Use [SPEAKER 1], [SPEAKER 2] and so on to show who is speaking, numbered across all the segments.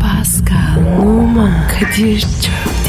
[SPEAKER 1] Pascal, Oman, Kadir çok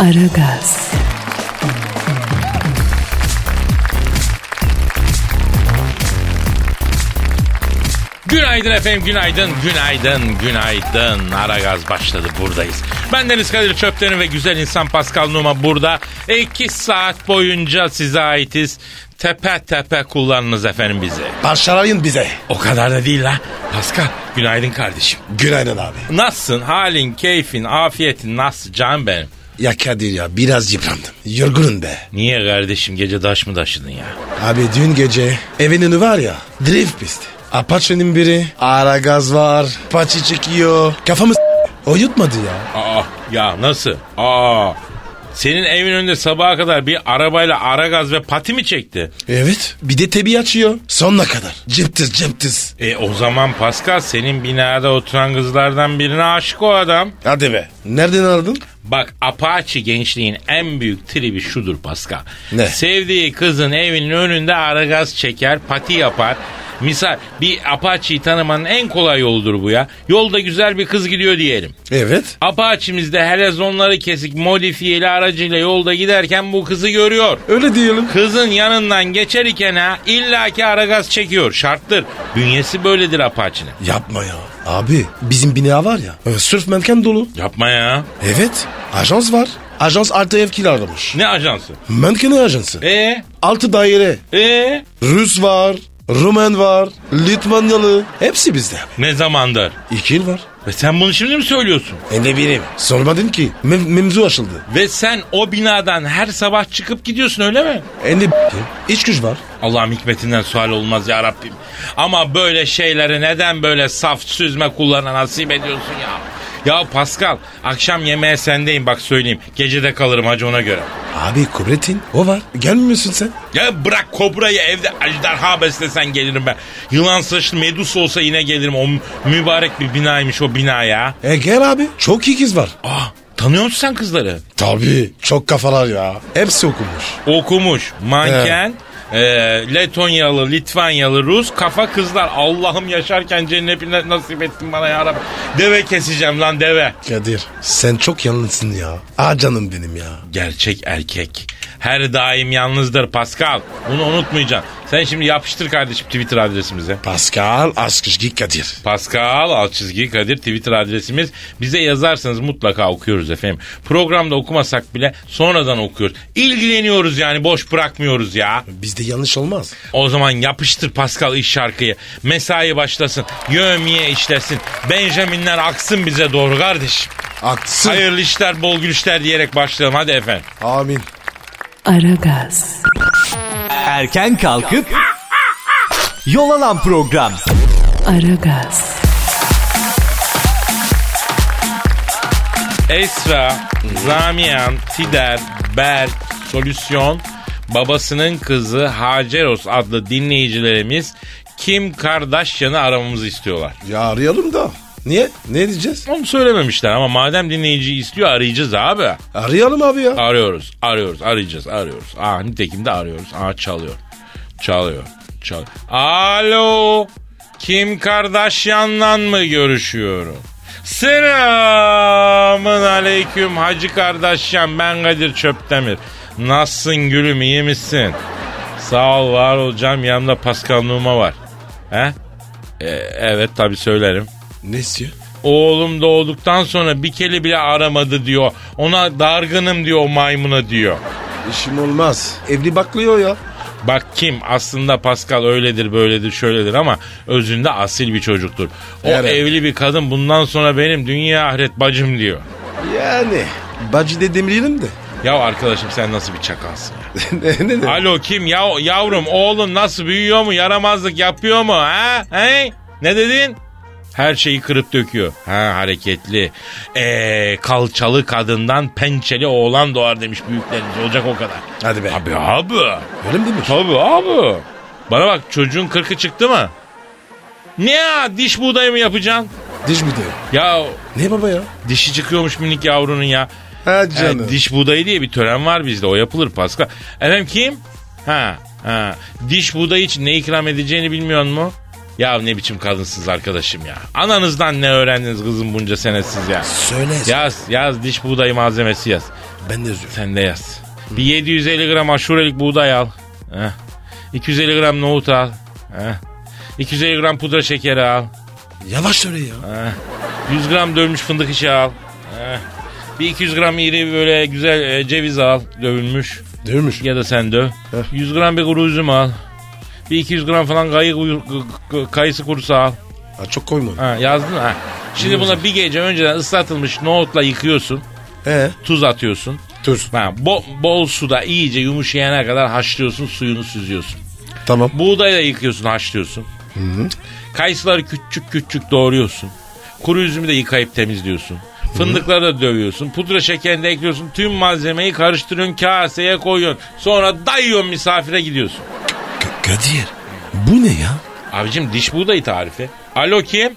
[SPEAKER 1] Aragaz,
[SPEAKER 2] Günaydın efendim, günaydın, günaydın, günaydın. Ara gaz başladı, buradayız. Ben Deniz Kadir Çöpten ve güzel insan Pascal Numa burada. İki saat boyunca size aitiz. Tepe tepe kullanınız efendim bizi.
[SPEAKER 3] Parçalayın bize.
[SPEAKER 2] O kadar da değil la. Pascal, günaydın kardeşim.
[SPEAKER 3] Günaydın abi.
[SPEAKER 2] Nasılsın, halin, keyfin, afiyetin nasıl canım benim?
[SPEAKER 3] Ya Kadir ya biraz yıprandım. Yorgunum be.
[SPEAKER 2] Niye kardeşim gece taş mı taşıdın ya?
[SPEAKER 3] Abi dün gece evin önü var ya. Drift pisti. Apache'nin biri. Ara gaz var. Paçı çekiyor. Kafamı s- O yutmadı ya.
[SPEAKER 2] Aa ya nasıl? Aa senin evin önünde sabaha kadar bir arabayla ara gaz ve pati mi çekti?
[SPEAKER 3] Evet. Bir de tebi açıyor. Sonuna kadar. Cıptız cıptız.
[SPEAKER 2] E o zaman Pascal senin binada oturan kızlardan birine aşık o adam.
[SPEAKER 3] Hadi be. Nereden aradın?
[SPEAKER 2] Bak Apache gençliğin en büyük tribi şudur Pascal.
[SPEAKER 3] Ne?
[SPEAKER 2] Sevdiği kızın evinin önünde aragaz çeker, pati yapar. Misal bir Apache'yi tanımanın en kolay yoludur bu ya. Yolda güzel bir kız gidiyor diyelim.
[SPEAKER 3] Evet.
[SPEAKER 2] Apache'miz de helezonları kesik modifiyeli aracıyla yolda giderken bu kızı görüyor.
[SPEAKER 3] Öyle diyelim.
[SPEAKER 2] Kızın yanından geçer iken ha illaki aragaz çekiyor. Şarttır. Bünyesi böyledir Apache'nin.
[SPEAKER 3] Yapma ya. Abi bizim bina var ya. e, Sırf menken dolu.
[SPEAKER 2] Yapma ya.
[SPEAKER 3] Evet. Ajans var. Ajans artı ev kiralamış.
[SPEAKER 2] Ne ajansı?
[SPEAKER 3] Menkene ajansı.
[SPEAKER 2] E
[SPEAKER 3] Altı daire.
[SPEAKER 2] e
[SPEAKER 3] Rus var. Rumen var. Litvanyalı. Hepsi bizde. abi.
[SPEAKER 2] ne zamandır?
[SPEAKER 3] İki yıl var.
[SPEAKER 2] Ve sen bunu şimdi mi söylüyorsun?
[SPEAKER 3] E ne bileyim. Sormadın ki. Mem- mevzu açıldı.
[SPEAKER 2] Ve sen o binadan her sabah çıkıp gidiyorsun öyle mi?
[SPEAKER 3] E ne b- İç güç var.
[SPEAKER 2] Allah'ım hikmetinden sual olmaz ya Rabbim. Ama böyle şeyleri neden böyle saf süzme kullana nasip ediyorsun ya? Ya Pascal akşam yemeğe sendeyim bak söyleyeyim. Gecede kalırım hacı ona göre.
[SPEAKER 3] Abi Kubrettin o var. Gelmiyorsun sen.
[SPEAKER 2] Ya bırak kobrayı evde ajdarha beslesen gelirim ben. Yılan saçlı medusa olsa yine gelirim. O mü- mübarek bir binaymış o bina ya.
[SPEAKER 3] E gel abi. Çok iyi kız var.
[SPEAKER 2] Aa, tanıyor musun sen kızları?
[SPEAKER 3] Tabii. Çok kafalar ya. Hepsi okumuş.
[SPEAKER 2] Okumuş, manken, e, Letonyalı, Litvanyalı, Rus, kafa kızlar. Allah'ım yaşarken cennetine nasip ettin bana ya Rabbi. Deve keseceğim lan deve.
[SPEAKER 3] Kadir sen çok yalnızsın ya. Ah canım benim ya.
[SPEAKER 2] Gerçek erkek. Her daim yalnızdır Pascal. Bunu unutmayacaksın. Sen şimdi yapıştır kardeşim Twitter adresimize.
[SPEAKER 3] Pascal Askışgi Kadir.
[SPEAKER 2] Pascal alt çizgi Kadir Twitter adresimiz. Bize yazarsanız mutlaka okuyoruz efendim. Programda okumasak bile sonradan okuyoruz. İlgileniyoruz yani boş bırakmıyoruz ya.
[SPEAKER 3] Bizde yanlış olmaz.
[SPEAKER 2] O zaman yapıştır Pascal iş şarkıyı. Mesai başlasın. Yövmiye işlesin. Benjaminler aksın bize doğru kardeşim.
[SPEAKER 3] Haklısın.
[SPEAKER 2] Hayırlı işler bol gülüşler diyerek başlayalım hadi efendim.
[SPEAKER 3] Amin.
[SPEAKER 1] Aragaz,
[SPEAKER 4] Erken kalkıp yol alan program.
[SPEAKER 1] Aragaz,
[SPEAKER 2] Esra, Zamiyan, Tider, Berk, Solüsyon, babasının kızı Haceros adlı dinleyicilerimiz Kim Kardashian'ı aramamızı istiyorlar.
[SPEAKER 3] Ya arayalım da. Niye? Ne diyeceğiz?
[SPEAKER 2] Onu söylememişler ama madem dinleyici istiyor arayacağız abi.
[SPEAKER 3] Arayalım abi ya.
[SPEAKER 2] Arıyoruz, arıyoruz, arayacağız, arıyoruz. Aa nitekim de arıyoruz. Aa çalıyor, çalıyor, çalıyor. Alo, Kim Kardashian'la mı görüşüyorum? Selamın aleyküm Hacı Kardashian ben Kadir Çöptemir. Nasılsın gülüm iyi misin? Sağ ol var olacağım yanımda Pascal Numa var. He? E, evet tabi söylerim.
[SPEAKER 3] Ne istiyor?
[SPEAKER 2] Oğlum doğduktan sonra bir kere bile aramadı diyor. Ona dargınım diyor o maymuna diyor.
[SPEAKER 3] İşim olmaz. Evli baklıyor ya.
[SPEAKER 2] Bak kim aslında Pascal öyledir böyledir şöyledir ama özünde asil bir çocuktur. O
[SPEAKER 3] Evet.
[SPEAKER 2] evli bir kadın bundan sonra benim dünya ahiret bacım diyor.
[SPEAKER 3] Yani. Bacı de demeyelim de.
[SPEAKER 2] Ya arkadaşım sen nasıl bir çakalsın ya.
[SPEAKER 3] ne, ne, ne?
[SPEAKER 2] Alo kim ya yavrum oğlun nasıl büyüyor mu yaramazlık yapıyor mu ha? He? Ne dedin? Her şeyi kırıp döküyor. Ha hareketli. Ee, kalçalı kadından pençeli oğlan doğar demiş büyüklerimiz. Olacak o kadar.
[SPEAKER 3] Hadi be.
[SPEAKER 2] Abi abi.
[SPEAKER 3] Öyle mi demiş?
[SPEAKER 2] Tabii abi. Bana bak çocuğun kırkı çıktı mı? Ne ya diş buğdayı mı yapacaksın?
[SPEAKER 3] Diş mi diyor?
[SPEAKER 2] Ya
[SPEAKER 3] Ne baba ya?
[SPEAKER 2] dişi çıkıyormuş minik yavrunun ya.
[SPEAKER 3] Ha
[SPEAKER 2] E, diş buğdayı diye bir tören var bizde o yapılır Pascal. Efendim kim? Ha, ha. Diş buğdayı için ne ikram edeceğini bilmiyor mu? Ya ne biçim kadınsınız arkadaşım ya. Ananızdan ne öğrendiniz kızım bunca senesiz ya.
[SPEAKER 3] Söyle.
[SPEAKER 2] Yaz yaz diş buğdayı malzemesi yaz.
[SPEAKER 3] Ben de yazıyorum.
[SPEAKER 2] Sen de yaz. Bir 750 gram aşurelik buğday al. Heh. 250 gram nohut al. Heh. 250 gram pudra şekeri al.
[SPEAKER 3] Yavaş söyle ya.
[SPEAKER 2] Heh. 100 gram dövülmüş fındık işi al. Heh. Bir 200 gram iri böyle güzel e, ceviz al dövülmüş.
[SPEAKER 3] Dövmüş.
[SPEAKER 2] Ya da sen döv. 100 gram bir kuru üzüm al. Bir 200 gram falan kayı, kuyu- k- k- kayısı kurusu al.
[SPEAKER 3] Ha, çok koyma.
[SPEAKER 2] Ha, yazdın mı? ha. Şimdi buna bir gece önceden ıslatılmış nohutla yıkıyorsun.
[SPEAKER 3] He.
[SPEAKER 2] Tuz atıyorsun.
[SPEAKER 3] Dur.
[SPEAKER 2] Ha, bo- bol suda iyice yumuşayana kadar haşlıyorsun suyunu süzüyorsun.
[SPEAKER 3] Tamam.
[SPEAKER 2] Buğdayla yıkıyorsun haşlıyorsun. Kayısıları küçük küçük doğruyorsun. Kuru üzümü de yıkayıp temizliyorsun. Fındıkları da dövüyorsun. Pudra şekerini de ekliyorsun. Tüm malzemeyi karıştırıyorsun kaseye koyuyorsun. Sonra dayıyorsun misafire gidiyorsun.
[SPEAKER 3] K- Kadir. Bu ne ya?
[SPEAKER 2] Abicim diş buğdayı tarifi. Alo kim?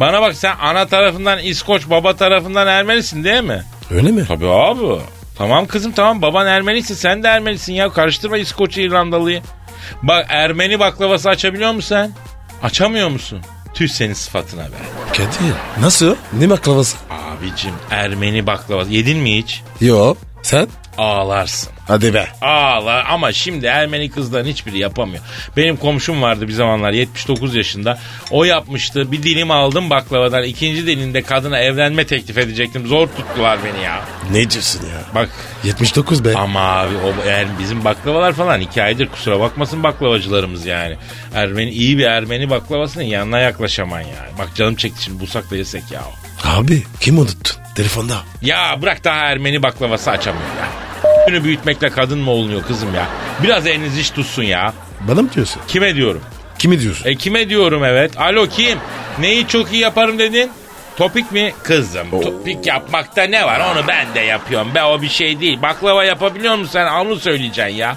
[SPEAKER 2] Bana bak sen ana tarafından İskoç baba tarafından Ermenisin değil mi?
[SPEAKER 3] Öyle mi?
[SPEAKER 2] Tabii abi. Tamam kızım tamam baban Ermenisi sen de Ermenisin ya karıştırma İskoç'u İrlandalı'yı. Bak Ermeni baklavası açabiliyor musun sen? Açamıyor musun? Tüh senin sıfatına be.
[SPEAKER 3] Kadir. Nasıl? Ne baklavası?
[SPEAKER 2] Abicim Ermeni baklavası yedin mi hiç?
[SPEAKER 3] Yo. Sen?
[SPEAKER 2] Ağlarsın.
[SPEAKER 3] Hadi be.
[SPEAKER 2] Ağlar ama şimdi Ermeni kızların hiçbiri yapamıyor. Benim komşum vardı bir zamanlar 79 yaşında. O yapmıştı bir dilim aldım baklavadan ikinci dilinde kadına evlenme teklif edecektim. Zor tuttular beni ya.
[SPEAKER 3] Ne diyorsun ya?
[SPEAKER 2] Bak
[SPEAKER 3] 79 be.
[SPEAKER 2] Ama abi o yani bizim baklavalar falan iki aydır kusura bakmasın baklavacılarımız yani. Ermeni iyi bir Ermeni baklavasının yanına yaklaşaman yani. Bak canım çekti şimdi bulsak da yesek ya.
[SPEAKER 3] Abi kim unuttun? Telefonda.
[SPEAKER 2] Ya bırak daha Ermeni baklavası açamıyor ya. Günü büyütmekle kadın mı olunuyor kızım ya? Biraz eliniz iş tutsun ya.
[SPEAKER 3] Bana mı diyorsun?
[SPEAKER 2] Kime diyorum?
[SPEAKER 3] Kimi diyorsun?
[SPEAKER 2] E kime diyorum evet? Alo kim? Neyi çok iyi yaparım dedin? Topik mi? Kızım topik yapmakta ne var onu ben de yapıyorum. Be o bir şey değil. Baklava yapabiliyor musun sen? Onu söyleyeceksin ya.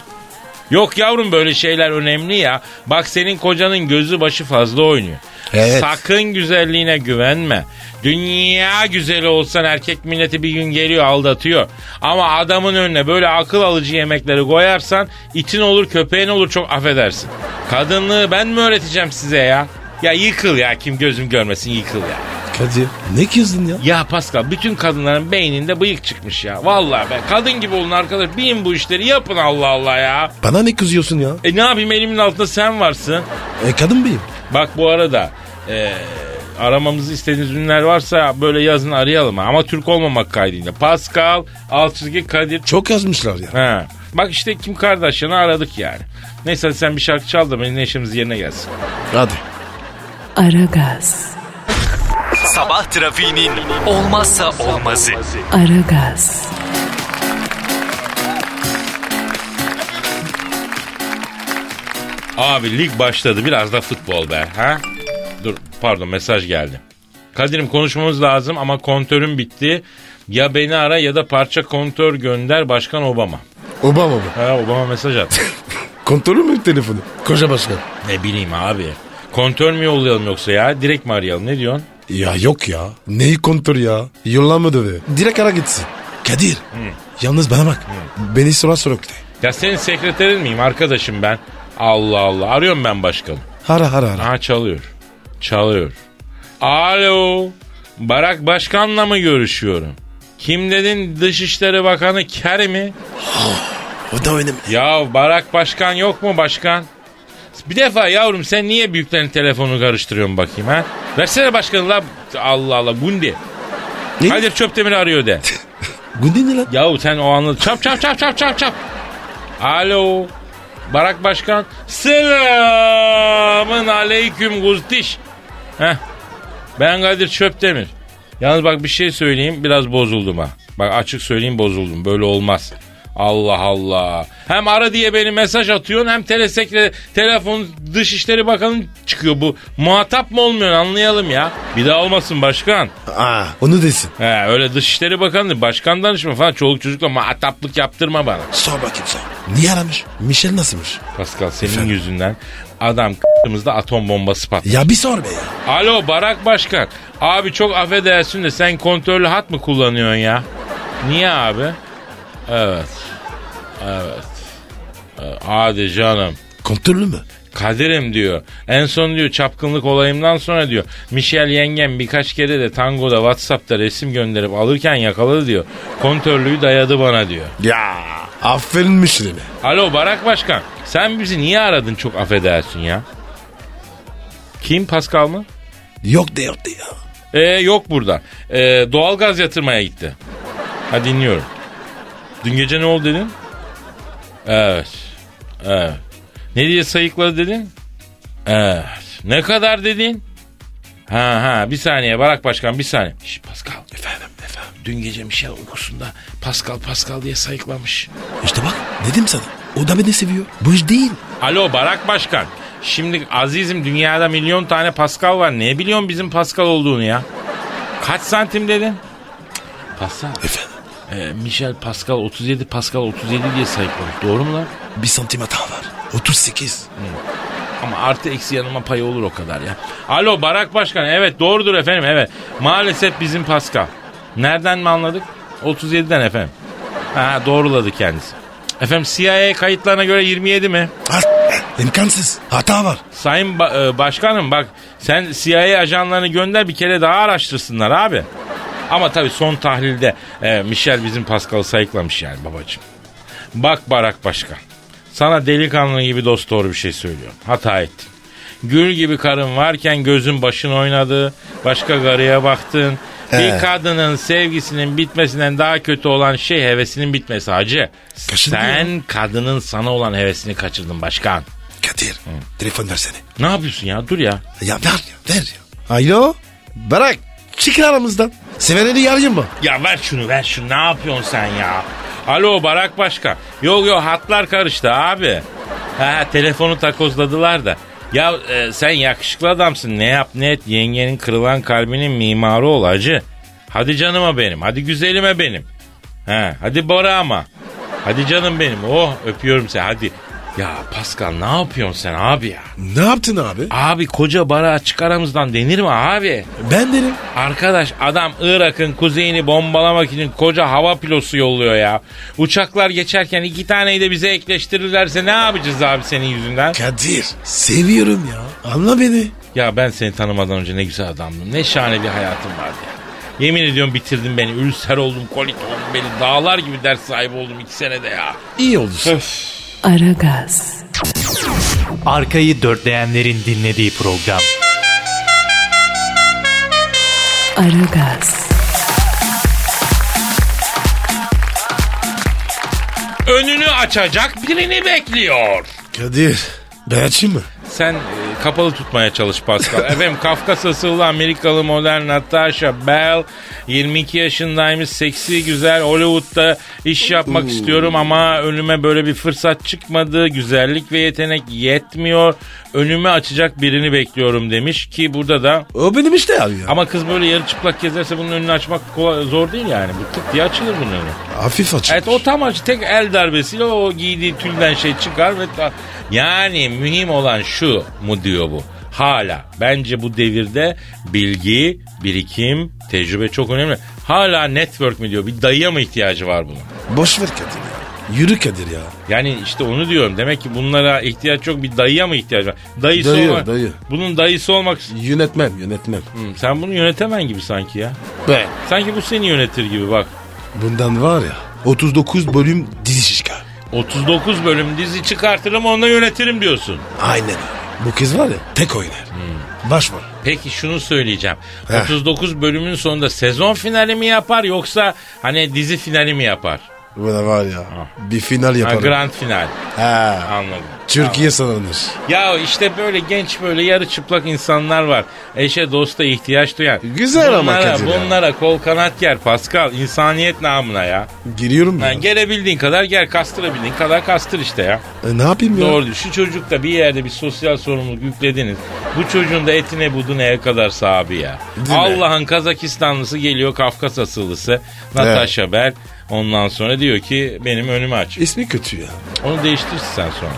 [SPEAKER 2] Yok yavrum böyle şeyler önemli ya. Bak senin kocanın gözü başı fazla oynuyor.
[SPEAKER 3] Evet.
[SPEAKER 2] Sakın güzelliğine güvenme. Dünya güzeli olsan erkek milleti bir gün geliyor aldatıyor. Ama adamın önüne böyle akıl alıcı yemekleri koyarsan itin olur köpeğin olur çok affedersin. Kadınlığı ben mi öğreteceğim size ya? Ya yıkıl ya kim gözüm görmesin yıkıl ya.
[SPEAKER 3] E, Kadir. Ne kızdın ya?
[SPEAKER 2] Ya Pascal bütün kadınların beyninde bıyık çıkmış ya. Vallahi be kadın gibi olun arkadaş bilin bu işleri yapın Allah Allah ya.
[SPEAKER 3] Bana ne kızıyorsun ya?
[SPEAKER 2] E ne yapayım elimin altında sen varsın.
[SPEAKER 3] E, kadın mıyım?
[SPEAKER 2] Bak bu arada e, aramamızı istediğiniz ünler varsa böyle yazın arayalım ha. ama Türk olmamak kaydıyla. Pascal alt çizgi Kadir.
[SPEAKER 3] Çok yazmışlar ya.
[SPEAKER 2] Ha. Bak işte Kim Kardashian'ı aradık yani. Neyse hadi sen bir şarkı çal da benim neşemiz yerine gelsin.
[SPEAKER 3] Hadi.
[SPEAKER 1] Aragaz,
[SPEAKER 4] Sabah trafiğinin olmazsa olmazı.
[SPEAKER 1] Aragaz,
[SPEAKER 2] Abi lig başladı biraz da futbol be. Ha? Dur pardon mesaj geldi. Kadir'im konuşmamız lazım ama kontörüm bitti. Ya beni ara ya da parça kontör gönder Başkan Obama.
[SPEAKER 3] Obama mı?
[SPEAKER 2] Ha Obama mesaj at.
[SPEAKER 3] Kontrolü mü telefonu? Koca başkan.
[SPEAKER 2] Ne bileyim abi. Kontör mü yollayalım yoksa ya? Direkt mi arayalım? Ne diyorsun?
[SPEAKER 3] Ya yok ya. Neyi kontrol ya? Yollamadı be. Direkt ara gitsin. Kadir. Yalnız bana bak. Beni sonra sorak de.
[SPEAKER 2] Ya senin sekreterin miyim arkadaşım ben? Allah Allah. Arıyorum ben başkanım.
[SPEAKER 3] Ara ara ara.
[SPEAKER 2] Ha çalıyor. Çalıyor. Alo. Barak Başkan'la mı görüşüyorum? Kim dedin Dışişleri Bakanı Kerry mi?
[SPEAKER 3] O da önemli.
[SPEAKER 2] Ya Barak Başkan yok mu başkan? Bir defa yavrum sen niye büyüklerin telefonunu karıştırıyorsun bakayım ha? Versene başkanı la. Allah Allah Gundi.
[SPEAKER 3] Ne?
[SPEAKER 2] Kadir Çöptemir arıyor de.
[SPEAKER 3] Gündin ne lan?
[SPEAKER 2] Yahu sen o anladın. Çap çap çap çap çap çap. Alo. Barak Başkan. Selamın aleyküm Guzdiş. Heh. Ben Kadir Çöptemir. Yalnız bak bir şey söyleyeyim biraz bozuldum ha. Bak açık söyleyeyim bozuldum böyle olmaz. Allah Allah. Hem ara diye beni mesaj atıyorsun hem telesekre telefon Dışişleri Bakanı çıkıyor bu. Muhatap mı olmuyorsun anlayalım ya. Bir daha olmasın başkan.
[SPEAKER 3] Aa, onu desin.
[SPEAKER 2] He, öyle Dışişleri Bakanı başkan danışma falan çoluk çocukla muhataplık yaptırma bana.
[SPEAKER 3] Sor bakayım sor. Niye aramış? Michel nasılmış?
[SPEAKER 2] Pascal senin yüzünden adam k***mızda atom bombası patladı.
[SPEAKER 3] Ya bir sor be ya.
[SPEAKER 2] Alo Barak Başkan. Abi çok affedersin de sen kontrollü hat mı kullanıyorsun ya? Niye abi? Evet. Evet. Ee, Hadi canım.
[SPEAKER 3] Kontrollü mü?
[SPEAKER 2] Kadir'im diyor. En son diyor çapkınlık olayımdan sonra diyor. Michel yengem birkaç kere de tangoda Whatsapp'ta resim gönderip alırken yakaladı diyor. Kontörlüğü dayadı bana diyor.
[SPEAKER 3] Ya. Aferin Michel'ime.
[SPEAKER 2] Alo Barak Başkan. Sen bizi niye aradın çok affedersin ya? Kim Pascal mı?
[SPEAKER 3] Yok de yok de ya.
[SPEAKER 2] Ee, yok burada. Ee, doğalgaz yatırmaya gitti. Ha dinliyorum. Dün gece ne oldu dedin? Evet. Evet. Ne diye sayıkladı dedin? Evet. Ne kadar dedin? Ha ha bir saniye Barak Başkan bir saniye. Şş, Pascal. Efendim efendim. Dün gece Michel uykusunda Pascal Pascal diye sayıklamış.
[SPEAKER 3] İşte bak dedim sana. O da beni seviyor. Bu iş değil.
[SPEAKER 2] Alo Barak Başkan. Şimdi azizim dünyada milyon tane Pascal var. Ne biliyorsun bizim Pascal olduğunu ya? Kaç santim dedin? Pascal.
[SPEAKER 3] Efendim
[SPEAKER 2] Ee, Michel Pascal 37 Pascal 37 diye sayıklamış. Doğru mu lan?
[SPEAKER 3] bir santim hata var. 38.
[SPEAKER 2] Ama artı eksi yanıma payı olur o kadar ya. Alo Barak Başkan evet doğrudur efendim evet. Maalesef bizim Pascal. Nereden mi anladık? 37'den efendim. Ha doğruladı kendisi. Cık, Efendim CIA kayıtlarına göre 27 mi?
[SPEAKER 3] Ha, imkansız. Hata var.
[SPEAKER 2] Sayın ba- e, Başkanım bak sen CIA ajanlarını gönder bir kere daha araştırsınlar abi. Ama tabii son tahlilde e, Michel bizim Pascal'ı sayıklamış yani babacığım. Bak Barak Başkan. Sana delikanlı gibi dost doğru bir şey söylüyorum. Hata ettin. Gül gibi karın varken gözün başın oynadı. Başka karıya baktın.
[SPEAKER 3] He.
[SPEAKER 2] Bir kadının sevgisinin bitmesinden daha kötü olan şey hevesinin bitmesi hacı.
[SPEAKER 3] Kaçırdı
[SPEAKER 2] Sen kadının sana olan hevesini kaçırdın başkan.
[SPEAKER 3] Kadir telefon versene.
[SPEAKER 2] Ne yapıyorsun ya? Dur ya.
[SPEAKER 3] Ya ver ya ver ya. Alo. Bırak. Çıkın aramızdan. Sevenleri yarayın mı?
[SPEAKER 2] Ya ver şunu ver şunu. Ne yapıyorsun sen ya? Alo Barak Başkan. Yok yok hatlar karıştı abi. Ha, telefonu takozladılar da. Ya e, sen yakışıklı adamsın. Ne yap ne et. Yengenin kırılan kalbinin mimarı ol hacı. Hadi canıma benim. Hadi güzelime benim. Ha, hadi Bora ama. Hadi canım benim. Oh öpüyorum seni hadi. Ya Pascal ne yapıyorsun sen abi ya?
[SPEAKER 3] Ne yaptın abi?
[SPEAKER 2] Abi koca bara açık aramızdan denir mi abi?
[SPEAKER 3] Ben derim.
[SPEAKER 2] Arkadaş adam Irak'ın kuzeyini bombalamak için koca hava pilosu yolluyor ya. Uçaklar geçerken iki taneyi de bize ekleştirirlerse ne yapacağız abi senin yüzünden?
[SPEAKER 3] Kadir seviyorum ya. Anla beni.
[SPEAKER 2] Ya ben seni tanımadan önce ne güzel adamdım. Ne şahane bir hayatım vardı ya. Yemin ediyorum bitirdin beni. Ülser oldum, kolit oldum beni. Dağlar gibi ders sahibi oldum iki senede ya.
[SPEAKER 3] İyi oldu.
[SPEAKER 1] Aragaz,
[SPEAKER 4] Arkayı dörtleyenlerin dinlediği program.
[SPEAKER 1] Aragaz,
[SPEAKER 2] Önünü açacak birini bekliyor.
[SPEAKER 3] Kadir ben açayım mı?
[SPEAKER 2] Sen e, kapalı tutmaya çalış Pascal. Efendim Kafkas asıllı Amerikalı modern Natasha Bell 22 yaşındaymış. Seksi güzel Hollywood'da iş yapmak istiyorum ama önüme böyle bir fırsat çıkmadı. Güzellik ve yetenek yetmiyor. Önümü açacak birini bekliyorum demiş ki burada da
[SPEAKER 3] O benim işte abi ya.
[SPEAKER 2] ama kız böyle yarı çıplak gezerse bunun önünü açmak kolay, zor değil yani. Bu tık diye açılır bunun önü.
[SPEAKER 3] Hafif açık.
[SPEAKER 2] Evet o tam acı tek el darbesiyle o giydiği tülden şey çıkar ve ta- yani mühim olan şu mu diyor bu. Hala bence bu devirde bilgi, birikim, tecrübe çok önemli. Hala network mi diyor bir dayıya mı ihtiyacı var bunun?
[SPEAKER 3] Boş ver Kadir ya. Yürü Kadir ya.
[SPEAKER 2] Yani işte onu diyorum. Demek ki bunlara ihtiyaç yok bir dayıya mı ihtiyacı var? Dayısı
[SPEAKER 3] Dayı,
[SPEAKER 2] olmak.
[SPEAKER 3] dayı.
[SPEAKER 2] Bunun dayısı olmak.
[SPEAKER 3] Yönetmem yönetmem.
[SPEAKER 2] Hmm, sen bunu yönetemen gibi sanki ya.
[SPEAKER 3] Ben.
[SPEAKER 2] Sanki bu seni yönetir gibi bak.
[SPEAKER 3] Bundan var ya 39 bölüm dizi şişka.
[SPEAKER 2] 39 bölüm dizi çıkartırım onunla yönetirim diyorsun.
[SPEAKER 3] Aynen. Bu kız var ya tek oynar.
[SPEAKER 2] Hmm.
[SPEAKER 3] Baş var.
[SPEAKER 2] Peki şunu söyleyeceğim.
[SPEAKER 3] Heh.
[SPEAKER 2] 39 bölümün sonunda sezon finali mi yapar yoksa hani dizi finali mi yapar?
[SPEAKER 3] Bu da var ya. Bir final
[SPEAKER 2] Ah. Ha,
[SPEAKER 3] yaparım.
[SPEAKER 2] grand final.
[SPEAKER 3] Ha.
[SPEAKER 2] Anladım.
[SPEAKER 3] Türkiye sanılır.
[SPEAKER 2] Ya işte böyle genç böyle yarı çıplak insanlar var. Eşe dosta ihtiyaç duyan.
[SPEAKER 3] Güzel ama
[SPEAKER 2] bunlara,
[SPEAKER 3] Kadir ya.
[SPEAKER 2] Bunlara kol kanat ger Pascal. insaniyet namına ya.
[SPEAKER 3] Giriyorum
[SPEAKER 2] Ha,
[SPEAKER 3] ben.
[SPEAKER 2] gelebildiğin kadar gel kastırabildiğin kadar kastır işte ya.
[SPEAKER 3] E, ne yapayım ya?
[SPEAKER 2] Doğru diyor. Şu çocukta bir yerde bir sosyal sorumluluk yüklediniz. Bu çocuğun da etine buduneye kadar sahibi ya.
[SPEAKER 3] Değil mi?
[SPEAKER 2] Allah'ın Kazakistanlısı geliyor Kafkas asıllısı. Natasha Bell. Ondan sonra diyor ki benim önümü aç.
[SPEAKER 3] İsmi kötü ya.
[SPEAKER 2] Onu değiştirsin sen sonra.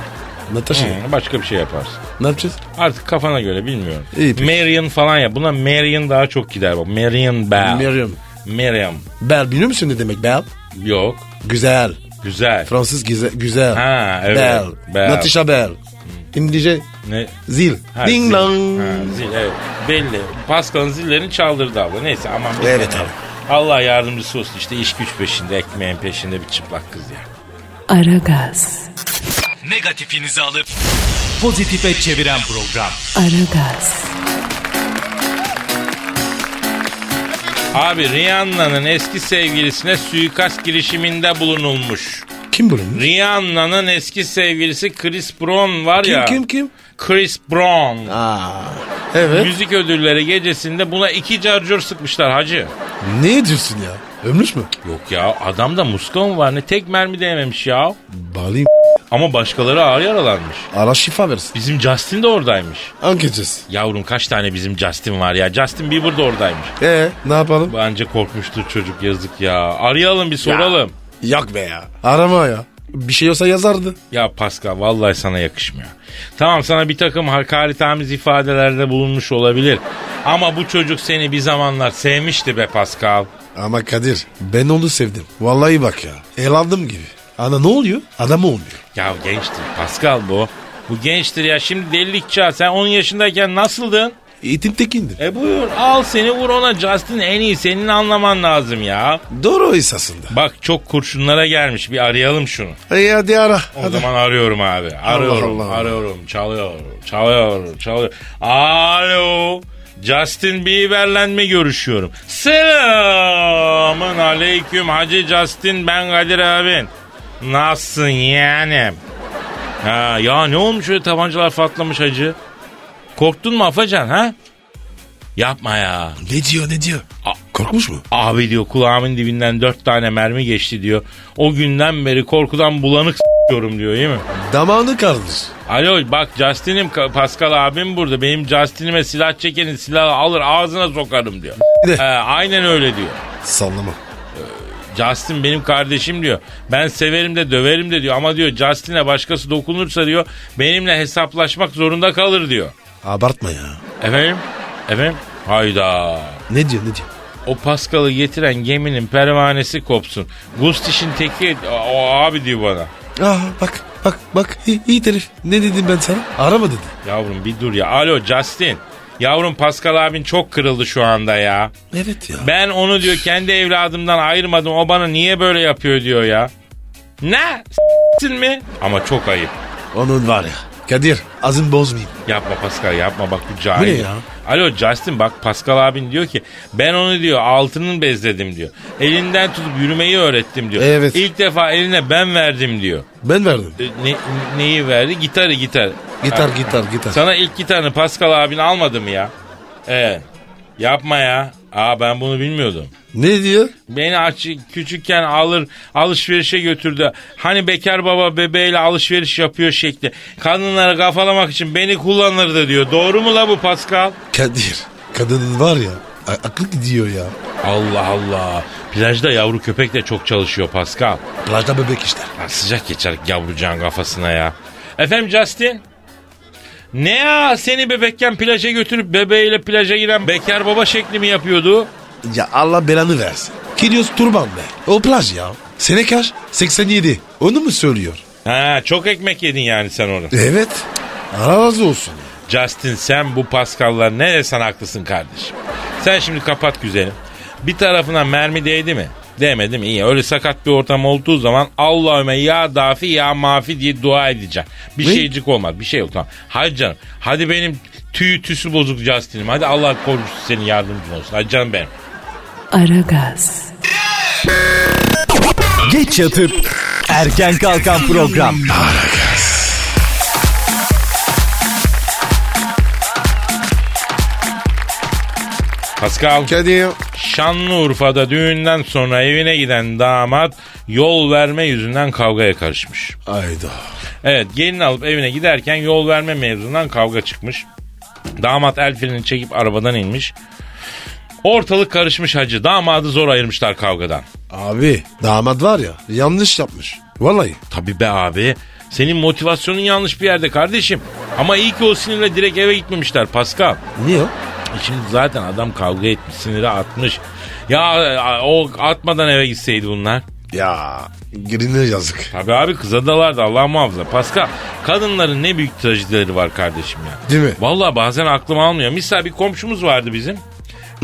[SPEAKER 3] Natasha.
[SPEAKER 2] Hı, başka bir şey yaparsın.
[SPEAKER 3] Ne yapacağız?
[SPEAKER 2] Artık kafana göre bilmiyorum.
[SPEAKER 3] İyi peki.
[SPEAKER 2] Marion falan ya. Buna Marion daha çok gider bak. Marion Bell.
[SPEAKER 3] Meryem.
[SPEAKER 2] Marion.
[SPEAKER 3] Bel biliyor musun ne demek bel?
[SPEAKER 2] Yok.
[SPEAKER 3] Güzel.
[SPEAKER 2] Güzel.
[SPEAKER 3] Fransız güze- güzel.
[SPEAKER 2] Ha, evet.
[SPEAKER 3] Bel.
[SPEAKER 2] Bel.
[SPEAKER 3] Natasha Bel. İngilizce
[SPEAKER 2] ne?
[SPEAKER 3] zil.
[SPEAKER 2] Ha,
[SPEAKER 3] Ding
[SPEAKER 2] zil.
[SPEAKER 3] dong.
[SPEAKER 2] Ha, zil, evet. Belli. Pascal'ın zillerini çaldırdı abla. Neyse aman. biz
[SPEAKER 3] Evet
[SPEAKER 2] de-
[SPEAKER 3] abi.
[SPEAKER 2] Allah yardımcısı olsun işte iş güç peşinde ekmeğin peşinde bir çıplak kız ya.
[SPEAKER 1] Aragaz,
[SPEAKER 4] Negatifinizi alıp pozitife çeviren program.
[SPEAKER 1] Aragaz,
[SPEAKER 2] Abi Rihanna'nın eski sevgilisine suikast girişiminde bulunulmuş.
[SPEAKER 3] Kim bulunmuş?
[SPEAKER 2] Rihanna'nın eski sevgilisi Chris Brown var
[SPEAKER 3] Kim
[SPEAKER 2] ya.
[SPEAKER 3] kim kim?
[SPEAKER 2] Chris Brown.
[SPEAKER 3] Aa, evet.
[SPEAKER 2] Müzik ödülleri gecesinde buna iki carcur sıkmışlar hacı.
[SPEAKER 3] Ne diyorsun ya? Ölmüş mü?
[SPEAKER 2] Yok ya adamda muska mı var ne tek mermi değmemiş ya.
[SPEAKER 3] Bağlayayım.
[SPEAKER 2] Ama başkaları ağır yaralanmış.
[SPEAKER 3] Allah şifa versin.
[SPEAKER 2] Bizim Justin de oradaymış.
[SPEAKER 3] Ankeceğiz.
[SPEAKER 2] Yavrum kaç tane bizim Justin var ya. Justin Bieber de oradaymış.
[SPEAKER 3] Ee, ne yapalım?
[SPEAKER 2] Bence korkmuştur çocuk yazık ya. Arayalım bir soralım.
[SPEAKER 3] Yok be ya. Arama ya. Bir şey olsa yazardı.
[SPEAKER 2] Ya, Pascal vallahi sana yakışmıyor. Tamam sana bir takım hakaretamiz ifadelerde bulunmuş olabilir. Ama bu çocuk seni bir zamanlar sevmişti be Pascal.
[SPEAKER 3] Ama Kadir ben onu sevdim. Vallahi bak ya. El aldım gibi. Ana ne oluyor? Adam olmuyor.
[SPEAKER 2] Ya gençtir Pascal bu. Bu gençtir ya şimdi delilik çağı. Sen 10 yaşındayken nasıldın?
[SPEAKER 3] Eğitim tekindir.
[SPEAKER 2] E buyur al seni vur ona Justin en iyi senin anlaman lazım ya.
[SPEAKER 3] Doğru esasında.
[SPEAKER 2] Bak çok kurşunlara gelmiş bir arayalım şunu.
[SPEAKER 3] E hadi ara.
[SPEAKER 2] O
[SPEAKER 3] hadi.
[SPEAKER 2] zaman arıyorum abi. Arıyorum,
[SPEAKER 3] Allah.
[SPEAKER 2] arıyorum. Çalıyor, çalıyor, çalıyor. Alo. Justin Bieber'le mi görüşüyorum? Selamın aleyküm Hacı Justin ben Kadir abin. Nasılsın yeğenim? Ha, ya ne olmuş öyle tabancalar patlamış hacı? Korktun mu Afacan ha? Yapma ya.
[SPEAKER 3] Ne diyor ne diyor?
[SPEAKER 2] A-
[SPEAKER 3] Korkmuş mu?
[SPEAKER 2] Abi diyor kulağımın dibinden dört tane mermi geçti diyor. O günden beri korkudan bulanık s**yorum diyor değil mi?
[SPEAKER 3] Damağını kardır.
[SPEAKER 2] Alo bak Justin'im Ka- Pascal abim burada. Benim Justin'ime silah çekenin silahı alır ağzına sokarım diyor.
[SPEAKER 3] De.
[SPEAKER 2] Ee, aynen öyle diyor.
[SPEAKER 3] Sallama.
[SPEAKER 2] Justin benim kardeşim diyor. Ben severim de döverim de diyor. Ama diyor Justin'e başkası dokunursa diyor benimle hesaplaşmak zorunda kalır diyor.
[SPEAKER 3] Abartma ya.
[SPEAKER 2] Efendim? Efendim? Hayda.
[SPEAKER 3] Ne diyor ne diyor?
[SPEAKER 2] O Pascal'ı getiren geminin pervanesi kopsun. Gustiş'in teki o abi diyor bana.
[SPEAKER 3] Aa Ah, bak bak bak iyi, iyi herif. Ne dedim ben sana? Arama dedi.
[SPEAKER 2] Yavrum bir dur ya. Alo Justin. Yavrum Pascal abin çok kırıldı şu anda ya.
[SPEAKER 3] Evet ya.
[SPEAKER 2] Ben onu diyor kendi evladımdan ayırmadım. O bana niye böyle yapıyor diyor ya. Ne? S**tin mi? Ama çok ayıp.
[SPEAKER 3] Onun var ya. Kadir azın bozmayayım.
[SPEAKER 2] Yapma Pascal yapma bak bu cahil.
[SPEAKER 3] Bu ne ya?
[SPEAKER 2] Alo Justin bak Pascal abin diyor ki ben onu diyor altının bezledim diyor. Elinden tutup yürümeyi öğrettim diyor.
[SPEAKER 3] Evet.
[SPEAKER 2] İlk defa eline ben verdim diyor.
[SPEAKER 3] Ben verdim.
[SPEAKER 2] E, Ne, neyi verdi? Gitarı gitar.
[SPEAKER 3] Gitar
[SPEAKER 2] Ha.
[SPEAKER 3] gitar gitar.
[SPEAKER 2] Sana ilk gitarını Pascal abin almadı mı ya? Ee, yapma ya. Aa ben bunu bilmiyordum.
[SPEAKER 3] Ne diyor?
[SPEAKER 2] Beni aç küçükken alır alışverişe götürdü. Hani bekar baba bebeğiyle alışveriş yapıyor şekli. Kadınları kafalamak için beni kullanırdı diyor. Doğru mu la bu Pascal?
[SPEAKER 3] Kadir. Kadının var ya. a- aklı gidiyor ya.
[SPEAKER 2] Allah Allah. Plajda yavru köpek de çok çalışıyor Pascal.
[SPEAKER 3] Plajda bebek işte.
[SPEAKER 2] Lan sıcak geçer yavrucağın kafasına ya. Efendim Justin? Ne ya seni bebekken plaja götürüp bebeğiyle plaja giren bekar baba şekli mi yapıyordu?
[SPEAKER 3] Ya Allah belanı versin. Kilios Turban be. O plaj ya. Sene kaç? 87. Onu mu söylüyor?
[SPEAKER 2] Ha çok ekmek yedin yani sen onu.
[SPEAKER 3] Evet. Allah razı olsun.
[SPEAKER 2] Justin sen bu Pascal'lar ne desen haklısın kardeşim. Sen şimdi kapat güzelim. Bir tarafına mermi değdi mi? Değmedi mi? İyi. Öyle sakat bir ortam olduğu zaman Allahümme ya dafi ya mafi diye dua edeceğim. Bir
[SPEAKER 3] Ne?
[SPEAKER 2] şeycik olmaz. Bir şey yok tamam. Hadi canım. Hadi benim tüyü tüsü bozuk Justin'im. Hadi Allah korusun senin yardımcın olsun. Hadi canım benim.
[SPEAKER 1] Aragaz,
[SPEAKER 4] Geç yatıp erken kalkan program.
[SPEAKER 2] Pascal.
[SPEAKER 3] Kadir.
[SPEAKER 2] Şanlıurfa'da düğünden sonra evine giden damat yol verme yüzünden kavgaya karışmış.
[SPEAKER 3] Ayda.
[SPEAKER 2] Evet gelin alıp evine giderken yol verme mevzundan kavga çıkmış. Damat el frenini çekip arabadan inmiş. Ortalık karışmış hacı. Damadı zor ayırmışlar kavgadan.
[SPEAKER 3] Abi damat var ya yanlış yapmış. Vallahi.
[SPEAKER 2] Tabii be abi. Senin motivasyonun yanlış bir yerde kardeşim. Ama iyi ki o sinirle direkt eve gitmemişler Pascal.
[SPEAKER 3] Niye o?
[SPEAKER 2] E Şimdi zaten adam kavga etmiş, siniri atmış. Ya e, o atmadan eve gitseydi bunlar.
[SPEAKER 3] Ya girine yazık.
[SPEAKER 2] Tabii abi kıza dalardı Allah muhafaza. Pascal kadınların ne büyük trajedileri var kardeşim ya.
[SPEAKER 3] Değil mi?
[SPEAKER 2] Valla bazen aklım almıyor. Misal bir komşumuz vardı bizim.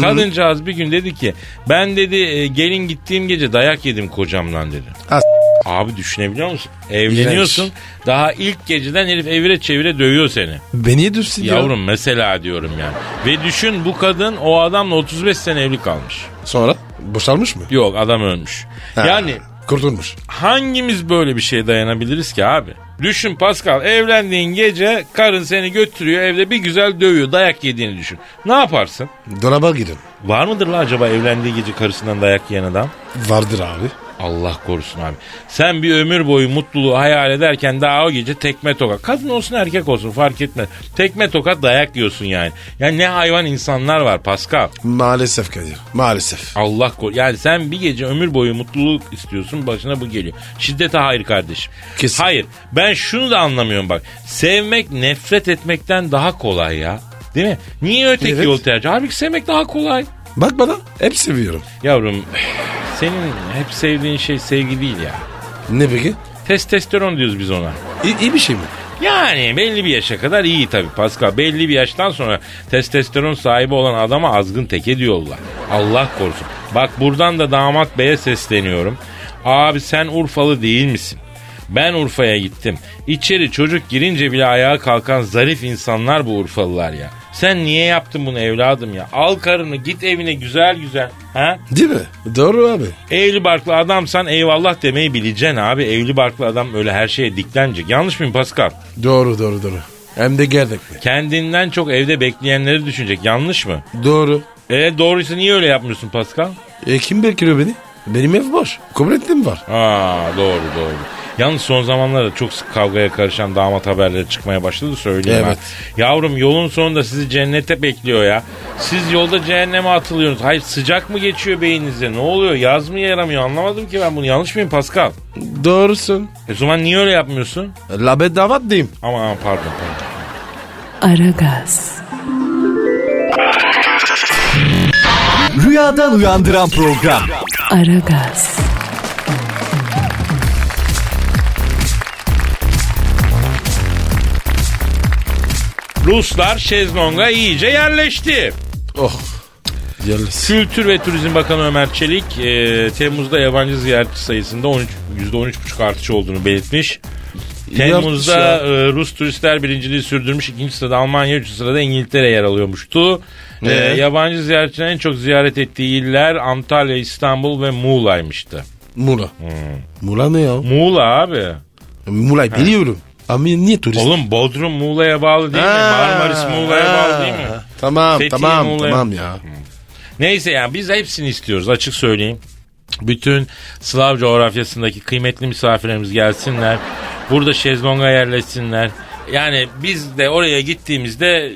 [SPEAKER 2] Kadıncağız bir gün dedi ki ben dedi e, gelin gittiğim gece dayak yedim kocamdan dedi.
[SPEAKER 3] Ha, s-
[SPEAKER 2] Abi düşünebiliyor musun? Evleniyorsun. Daha ilk geceden herif evire çevire dövüyor seni.
[SPEAKER 3] Beni dursun ya.
[SPEAKER 2] Yavrum mesela diyorum yani. Ve düşün bu kadın o adamla 35 sene evli kalmış.
[SPEAKER 3] Sonra boşalmış mı?
[SPEAKER 2] Yok adam ölmüş.
[SPEAKER 3] Ha,
[SPEAKER 2] Yani
[SPEAKER 3] Kurtulmuş.
[SPEAKER 2] hangimiz böyle bir şeye dayanabiliriz ki abi? Düşün Pascal evlendiğin gece karın seni götürüyor evde bir güzel dövüyor dayak yediğini düşün. Ne yaparsın?
[SPEAKER 3] Dolaba girin.
[SPEAKER 2] Var mıdır la acaba evlendiği gece karısından dayak yiyen adam?
[SPEAKER 3] Vardır abi.
[SPEAKER 2] Allah korusun abi. Sen bir ömür boyu mutluluğu hayal ederken daha o gece tekme tokat. Kadın olsun erkek olsun fark etmez. Tekme tokat dayak yiyorsun yani. Yani ne hayvan insanlar var Pascal.
[SPEAKER 3] Maalesef Kadir. Maalesef.
[SPEAKER 2] Allah kor. Yani sen bir gece ömür boyu mutluluk istiyorsun başına bu geliyor. Şiddete hayır kardeşim.
[SPEAKER 3] Kesin.
[SPEAKER 2] Hayır ben şunu da anlamıyorum bak. Sevmek nefret etmekten daha kolay ya. Değil mi? Niye öteki
[SPEAKER 3] Evet.
[SPEAKER 2] yol tercih? Halbuki sevmek daha kolay.
[SPEAKER 3] Bak bana hep seviyorum.
[SPEAKER 2] Yavrum senin hep sevdiğin şey sevgi değil ya.
[SPEAKER 3] Ne peki?
[SPEAKER 2] Testosteron diyoruz biz ona.
[SPEAKER 3] İyi, iyi bir şey mi?
[SPEAKER 2] Yani belli bir yaşa kadar iyi tabii Pascal. Belli bir yaştan sonra testosteron sahibi olan adama azgın teke diyorlar. Allah korusun. Bak buradan da damat beye sesleniyorum. Abi sen Urfalı değil misin? Ben Urfa'ya gittim. İçeri çocuk girince bile ayağa kalkan zarif insanlar bu Urfalılar ya. Sen niye yaptın bunu evladım ya? Al karını git evine güzel güzel. Ha?
[SPEAKER 3] Değil mi? Doğru abi.
[SPEAKER 2] Evli barklı adamsan eyvallah demeyi bileceksin abi. Evli barklı adam öyle her şeye diklenecek. Yanlış mıyım Pascal?
[SPEAKER 3] Doğru doğru doğru. Hem de gerekli.
[SPEAKER 2] Kendinden çok evde bekleyenleri düşünecek. Yanlış mı?
[SPEAKER 3] Doğru.
[SPEAKER 2] E doğruysa niye öyle yapmıyorsun Pascal?
[SPEAKER 3] E kim bekliyor beni? Benim ev boş. Kubrettin var.
[SPEAKER 2] Aa doğru doğru. Yalnız son zamanlarda çok sık kavgaya karışan damat haberleri çıkmaya başladı söyleyeyim
[SPEAKER 3] Evet.
[SPEAKER 2] ha. Yavrum yolun sonunda sizi cennete bekliyor ya. Siz yolda cehenneme atılıyorsunuz. Hayır sıcak mı geçiyor beyninize? Ne oluyor? Yaz mı yaramıyor? Anlamadım ki ben bunu. Yanlış mıyım Pascal?
[SPEAKER 3] Doğrusun.
[SPEAKER 2] E o zaman niye öyle yapmıyorsun?
[SPEAKER 3] La bedava diyeyim.
[SPEAKER 2] Ama ama pardon pardon.
[SPEAKER 1] Aragaz,
[SPEAKER 4] Rüyadan uyandıran program.
[SPEAKER 1] Aragaz,
[SPEAKER 2] Ruslar şezlonga iyice yerleşti.
[SPEAKER 3] Oh. Yalnız.
[SPEAKER 2] Kültür ve Turizm Bakanı Ömer Çelik e, Temmuz'da yabancı ziyaretçi sayısında 13 %13,5 artış olduğunu belirtmiş. Temmuz'da
[SPEAKER 3] ya.
[SPEAKER 2] e, Rus turistler birinciliği sürdürmüş. ikinci sırada Almanya, üçüncü sırada İngiltere yer alıyormuştu. E,
[SPEAKER 3] Ee?
[SPEAKER 2] yabancı ziyaretçilerin en çok ziyaret ettiği iller Antalya, İstanbul ve Muğla'ymıştı.
[SPEAKER 3] Mula. Mula ne ya?
[SPEAKER 2] Muğla abi.
[SPEAKER 3] Mula'yı biliyorum. Ama niye turist?
[SPEAKER 2] Oğlum Bodrum Muğla'ya bağlı değil mi?
[SPEAKER 3] Ha,
[SPEAKER 2] Marmaris Muğla'ya bağlı değil mi?
[SPEAKER 3] ha. Tamam
[SPEAKER 2] Fethiye,
[SPEAKER 3] tamam
[SPEAKER 2] Muğla'ya.
[SPEAKER 3] tamam ya. Hmm.
[SPEAKER 2] Neyse yani biz hepsini istiyoruz açık söyleyeyim. Bütün Slav coğrafyasındaki kıymetli misafirlerimiz gelsinler. Burada şezlonga yerleşsinler. Yani biz de oraya gittiğimizde e,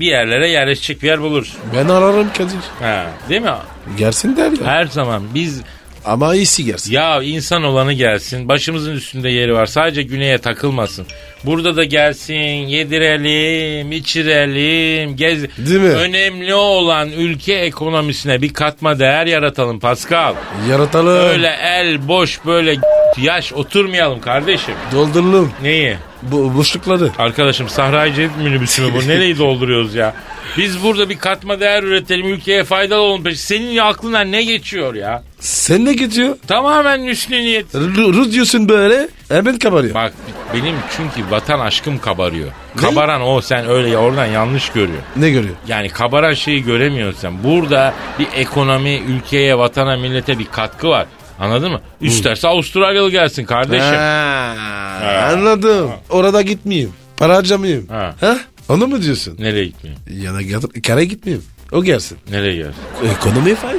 [SPEAKER 2] bir yerlere yerleşecek bir yer buluruz.
[SPEAKER 3] Ben ararım Kadir.
[SPEAKER 2] Ha, değil mi?
[SPEAKER 3] Gelsin der ya.
[SPEAKER 2] Her zaman biz
[SPEAKER 3] Ama iyisi gelsin.
[SPEAKER 2] ya insan olanı gelsin. Başımızın üstünde yeri var. Sadece güneye takılmasın. Burada da gelsin. Yedirelim, içirelim, gez.
[SPEAKER 3] Değil mi?
[SPEAKER 2] Önemli olan ülke ekonomisine bir katma değer yaratalım Pascal.
[SPEAKER 3] Yaratalım.
[SPEAKER 2] Öyle el boş böyle yaş oturmayalım kardeşim.
[SPEAKER 3] Dolduralım.
[SPEAKER 2] Neyi?
[SPEAKER 3] Bu boşlukları.
[SPEAKER 2] Arkadaşım Sahra-i Cedid minibüsü mü bu? Nereyi dolduruyoruz ya? Biz burada bir katma değer üretelim, ülkeye faydalı olun. Peki senin aklından ne geçiyor ya?
[SPEAKER 3] Sen ne gidiyor?
[SPEAKER 2] Tamamen hüsnü niyet.
[SPEAKER 3] Ru- Rus diyorsun böyle. Hemen kabarıyor.
[SPEAKER 2] Bak benim çünkü vatan aşkım kabarıyor. Kabaran o sen öyle ya oradan yanlış görüyor.
[SPEAKER 3] Ne görüyor?
[SPEAKER 2] Yani kabaran şeyi göremiyorsun sen. Burada bir ekonomi, ülkeye, vatana, millete bir katkı var. Anladın mı? İsterse Avustralyalı gelsin kardeşim.
[SPEAKER 3] Ha, anladım. Orada gitmeyeyim. Para harcamayayım.
[SPEAKER 2] Ha.
[SPEAKER 3] Ha? Onu mu diyorsun?
[SPEAKER 2] Nereye gitmiyor?
[SPEAKER 3] Ya da yatıp- kara gitmeyeyim. O gelsin. E,
[SPEAKER 2] Nereye gelsin?
[SPEAKER 3] Ekonomi fayda.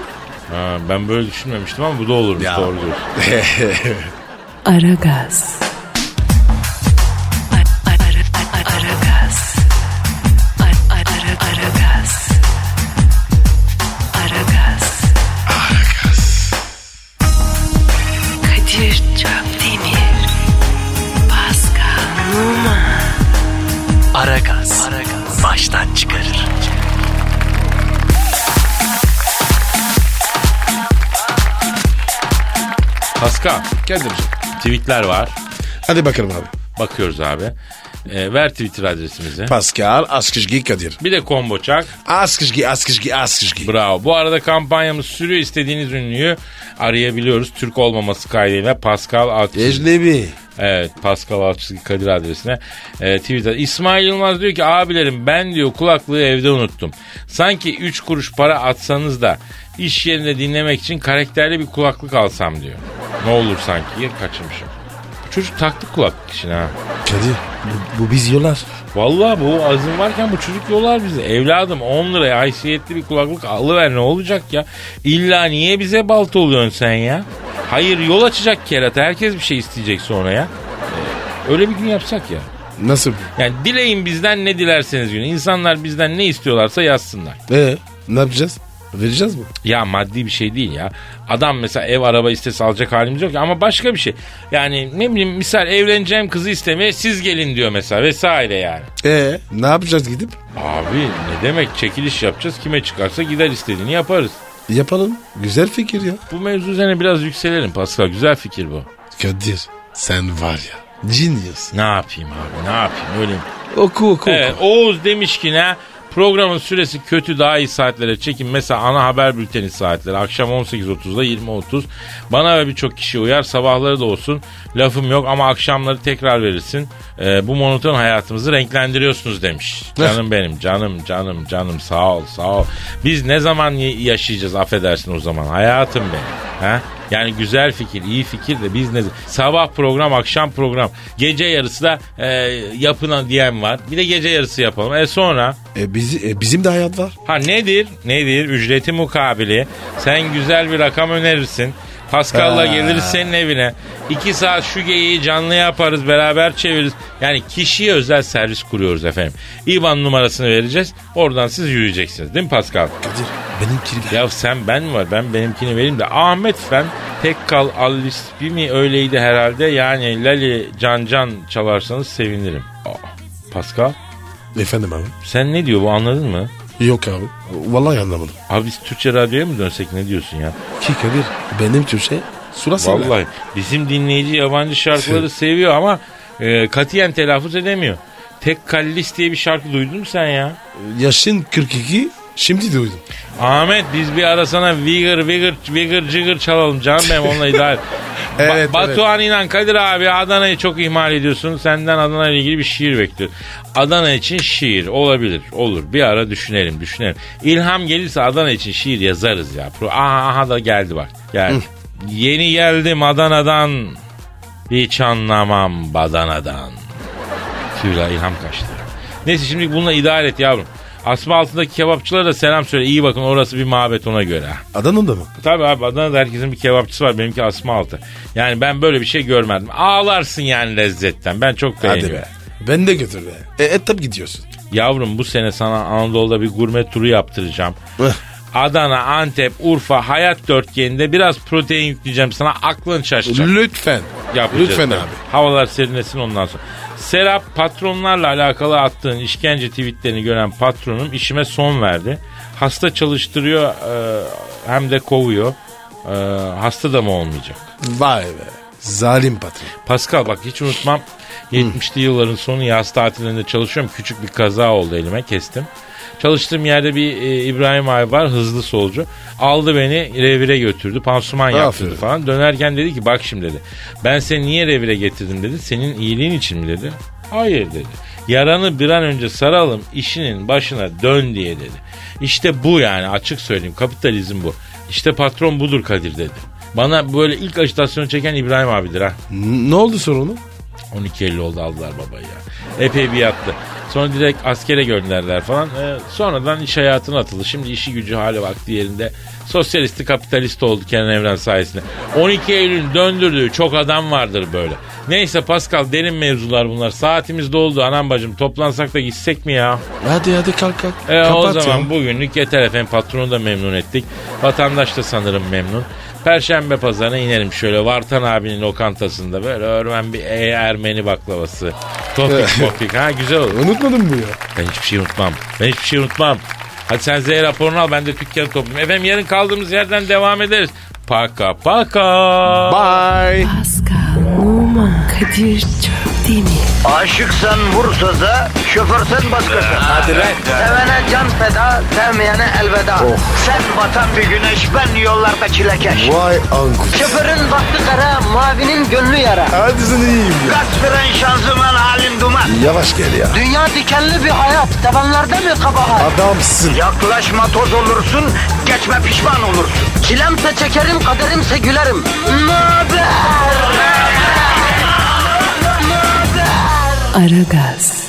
[SPEAKER 2] Ha, ben böyle düşünmemiştim ama bu da olurmuş
[SPEAKER 3] Ya.
[SPEAKER 2] doğru diyorsun.
[SPEAKER 1] Aragaz. Ar- ar- ar- ar- Aragaz. Ar- ar- ar- Aragaz. Aragaz. Kadir Çöpdemir. Pascal Numa.
[SPEAKER 5] Aragaz. Baştan çıkarır.
[SPEAKER 2] Pascal
[SPEAKER 3] Kadir'cim.
[SPEAKER 2] tweetler var.
[SPEAKER 3] Hadi bakalım abi.
[SPEAKER 2] Bakıyoruz abi. Ee, ver Twitter adresimizi.
[SPEAKER 3] Pascal Askışgi Kadir.
[SPEAKER 2] Bir de combo çak.
[SPEAKER 3] Askışgi Askışgi Askışgi.
[SPEAKER 2] Bravo. Bu arada kampanyamız sürüyor. İstediğiniz ünlüyü arayabiliyoruz. Türk olmaması kaydıyla Pascal Altçizgi.
[SPEAKER 3] Ecnebi.
[SPEAKER 2] Evet Pascal Altçizgi Kadir adresine e, Twitter. İsmail Yılmaz diyor ki abilerim ben diyor kulaklığı evde unuttum. Sanki 3 kuruş para atsanız da iş yerinde dinlemek için karakterli bir kulaklık alsam diyor. Ne olur sanki ya kaçırmışım. Bu Çocuk taktı kulaklık için ha.
[SPEAKER 3] Kadir bu, bu biz yolar.
[SPEAKER 2] Vallahi bu azim varken bu çocuk yollar bizi. Evladım 10 liraya haysiyetli bir kulaklık alıver ne olacak ya? İlla niye bize balta oluyorsun sen ya? Hayır yol açacak kerata herkes bir şey isteyecek sonra ya. Ee, Öyle bir gün yapsak ya.
[SPEAKER 3] Nasıl?
[SPEAKER 2] Yani dileyin bizden ne dilerseniz günü. İnsanlar bizden ne istiyorlarsa yazsınlar.
[SPEAKER 3] Ee, ne yapacağız? Vereceğiz mi?
[SPEAKER 2] Ya maddi bir şey değil ya. Adam mesela ev araba istese alacak halimiz yok ya. ama başka bir şey. Yani ne bileyim misal evleneceğim kızı istemeye siz gelin diyor mesela vesaire yani.
[SPEAKER 3] Ee, ne yapacağız gidip?
[SPEAKER 2] Abi ne demek çekiliş yapacağız kime çıkarsa gider istediğini yaparız.
[SPEAKER 3] Yapalım. Güzel fikir ya.
[SPEAKER 2] Bu mevzu üzerine biraz yükselelim Pascal güzel fikir bu.
[SPEAKER 3] Kadir sen var ya. Genius.
[SPEAKER 2] Ne yapayım abi ne yapayım öyle.
[SPEAKER 3] Oku oku.
[SPEAKER 2] Evet, Oğuz demiş ki ne? Programın süresi kötü daha iyi saatlere çekin. Mesela ana haber bülteni saatleri akşam 18.30'da 20.30. Bana ve birçok kişi uyar sabahları da olsun. Lafım yok ama akşamları tekrar verirsin. Ee, bu monoton hayatımızı renklendiriyorsunuz demiş. Canım benim canım canım canım sağ ol sağ ol. Biz ne zaman y- yaşayacağız affedersin o zaman hayatım benim. Ha? Yani güzel fikir, iyi fikir de biz ne... Sabah program, akşam program, gece yarısı da e, yapılan diyen var. Bir de gece yarısı yapalım. E sonra...
[SPEAKER 3] E, bizi, e, bizim de hayat var.
[SPEAKER 2] Ha nedir? Nedir? Ücreti mukabili. Sen güzel bir rakam önerirsin. Pascal'la geliriz senin evine. İki saat şu geyiği canlı yaparız. Beraber çeviririz. Yani kişiye özel servis kuruyoruz efendim. İBAN numarasını vereceğiz. Oradan siz yürüyeceksiniz. Değil mi Pascal?
[SPEAKER 3] Kadir benimkini ver.
[SPEAKER 2] Ya sen ben mi var? Ben benimkini vereyim de. Ahmet Fen, Pekkal Allisbi mi öyleydi herhalde? Yani Lali Can Can çalarsanız sevinirim. Aa, Pascal
[SPEAKER 3] Efendim abi.
[SPEAKER 2] sen ne diyor bu anladın mı?
[SPEAKER 3] Yok abi. Vallahi anlamadım.
[SPEAKER 2] Abi biz Türkçe radyoya mı dönsek ne diyorsun ya?
[SPEAKER 3] Ki Kadir benim Türkçe surasıyla.
[SPEAKER 2] Vallahi bizim dinleyici yabancı şarkıları seviyor ama e, katiyen telaffuz edemiyor. Tek Kallis diye bir şarkı duydun mu sen ya?
[SPEAKER 3] Yaşın 42 şimdi duydum.
[SPEAKER 2] Ahmet biz bir ara sana Vigor Vigor Vigor Cigor çalalım canım benim onunla idare. Ba-
[SPEAKER 3] Evet, evet.
[SPEAKER 2] Batuhan İnan Kadir abi Adana'yı çok ihmal ediyorsun. Senden Adana ile ilgili bir şiir bekliyorum. Adana için şiir olabilir. Olur. Bir ara düşünelim düşünelim. İlham gelirse Adana için şiir yazarız ya. Pro- Aha aha da geldi bak. Geldi. Yeni geldim Adana'dan. Hiç anlamam badanadan. Tüyla ilham kaçtı. Neyse şimdi bununla idare et yavrum. Asma altındaki kebapçılara da selam söyle. İyi bakın orası bir mabet ona göre. ha.
[SPEAKER 3] Adana'da mı?
[SPEAKER 2] Tabii abi Adana'da herkesin bir kebapçısı var. Benimki asma altı. Yani ben böyle bir şey görmedim. Ağlarsın yani lezzetten. Ben çok beğeniyorum.
[SPEAKER 3] Hadi be. Ben de götür be. E, e tabi gidiyorsun.
[SPEAKER 2] Yavrum bu sene sana Anadolu'da bir gurme turu yaptıracağım.
[SPEAKER 3] Hıh.
[SPEAKER 2] Adana, Antep, Urfa, hayat dörtgeninde biraz protein yükleyeceğim sana. Aklın şaşacak.
[SPEAKER 3] Lütfen.
[SPEAKER 2] Yapacağız.
[SPEAKER 3] Lütfen
[SPEAKER 2] tabii.
[SPEAKER 3] abi.
[SPEAKER 2] Havalar serinlesin ondan sonra. Serap patronlarla alakalı attığın işkence tweetlerini gören patronum işime son verdi. Hasta çalıştırıyor e, hem de kovuyor. E, hasta da mı olmayacak?
[SPEAKER 3] Vay be. Zalim patron.
[SPEAKER 2] Pascal bak hiç unutmam 70'li yılların sonu yaz tatilinde çalışıyorum. Küçük bir kaza oldu elime kestim. Çalıştığım yerde bir e, İbrahim abi var hızlı solcu. Aldı beni revire götürdü. Pansuman yaptırdı
[SPEAKER 3] Aferin.
[SPEAKER 2] falan. Dönerken dedi ki bak şimdi dedi. Ben seni niye revire getirdim dedi. Senin iyiliğin için mi dedi. Hayır dedi. Yaranı bir an önce saralım işinin başına dön diye dedi. İşte bu yani açık söyleyeyim kapitalizm bu. İşte patron budur Kadir dedi. Bana böyle ilk agitasyonu çeken İbrahim abidir ha.
[SPEAKER 3] N- ne oldu sorunu?
[SPEAKER 2] 12.50 oldu aldılar babayı ya. Epey bir yattı. Sonra direkt askere gönderdiler falan. Ee, sonradan iş hayatına atıldı. Şimdi işi gücü hali vakti yerinde. Sosyalisti kapitalist oldu Kenan Evren sayesinde. 12 Eylül'ün döndürdüğü çok adam vardır böyle. Neyse Pascal derin mevzular bunlar. Saatimiz doldu anam bacım. Toplansak da gitsek mi ya?
[SPEAKER 3] Hadi hadi kalk kalk.
[SPEAKER 2] E, o
[SPEAKER 3] Kapat
[SPEAKER 2] zaman
[SPEAKER 3] ya.
[SPEAKER 2] bugünlük yeter efendim. Patronu da memnun ettik. Vatandaş da sanırım memnun. Perşembe pazarına inelim şöyle Vartan abinin lokantasında böyle örmen bir e, Ermeni baklavası. Topik topik ha güzel olur.
[SPEAKER 3] Unutmadın mı ya?
[SPEAKER 2] Ben hiçbir şey unutmam. Ben hiçbir şey unutmam. Hadi sen Z raporunu al ben de dükkanı toplayayım. Efendim yarın kaldığımız yerden devam ederiz. Paka paka.
[SPEAKER 3] Bye.
[SPEAKER 1] Pascal, Oman, Kadir çok değil mi?
[SPEAKER 6] Aşıksan vursa da şoförsen başkasın. Hadi
[SPEAKER 3] lan.
[SPEAKER 6] Sevene can feda, sevmeyene elveda. Sen batan bir güneş, ben yollarda çilekeş.
[SPEAKER 3] Vay anku.
[SPEAKER 6] Şoförün baktı kara, mavinin gönlü yara.
[SPEAKER 3] Hadi sen iyiyim ya.
[SPEAKER 6] Kasperen şanzıman halin duman.
[SPEAKER 3] Yavaş gel ya.
[SPEAKER 6] Dünya dikenli bir hayat, sevenlerde mi kabahar?
[SPEAKER 3] Adamsın.
[SPEAKER 6] Yaklaşma toz olursun, geçme pişman olursun. Çilemse çekerim, kaderimse gülerim. Möber!
[SPEAKER 1] Aragaz.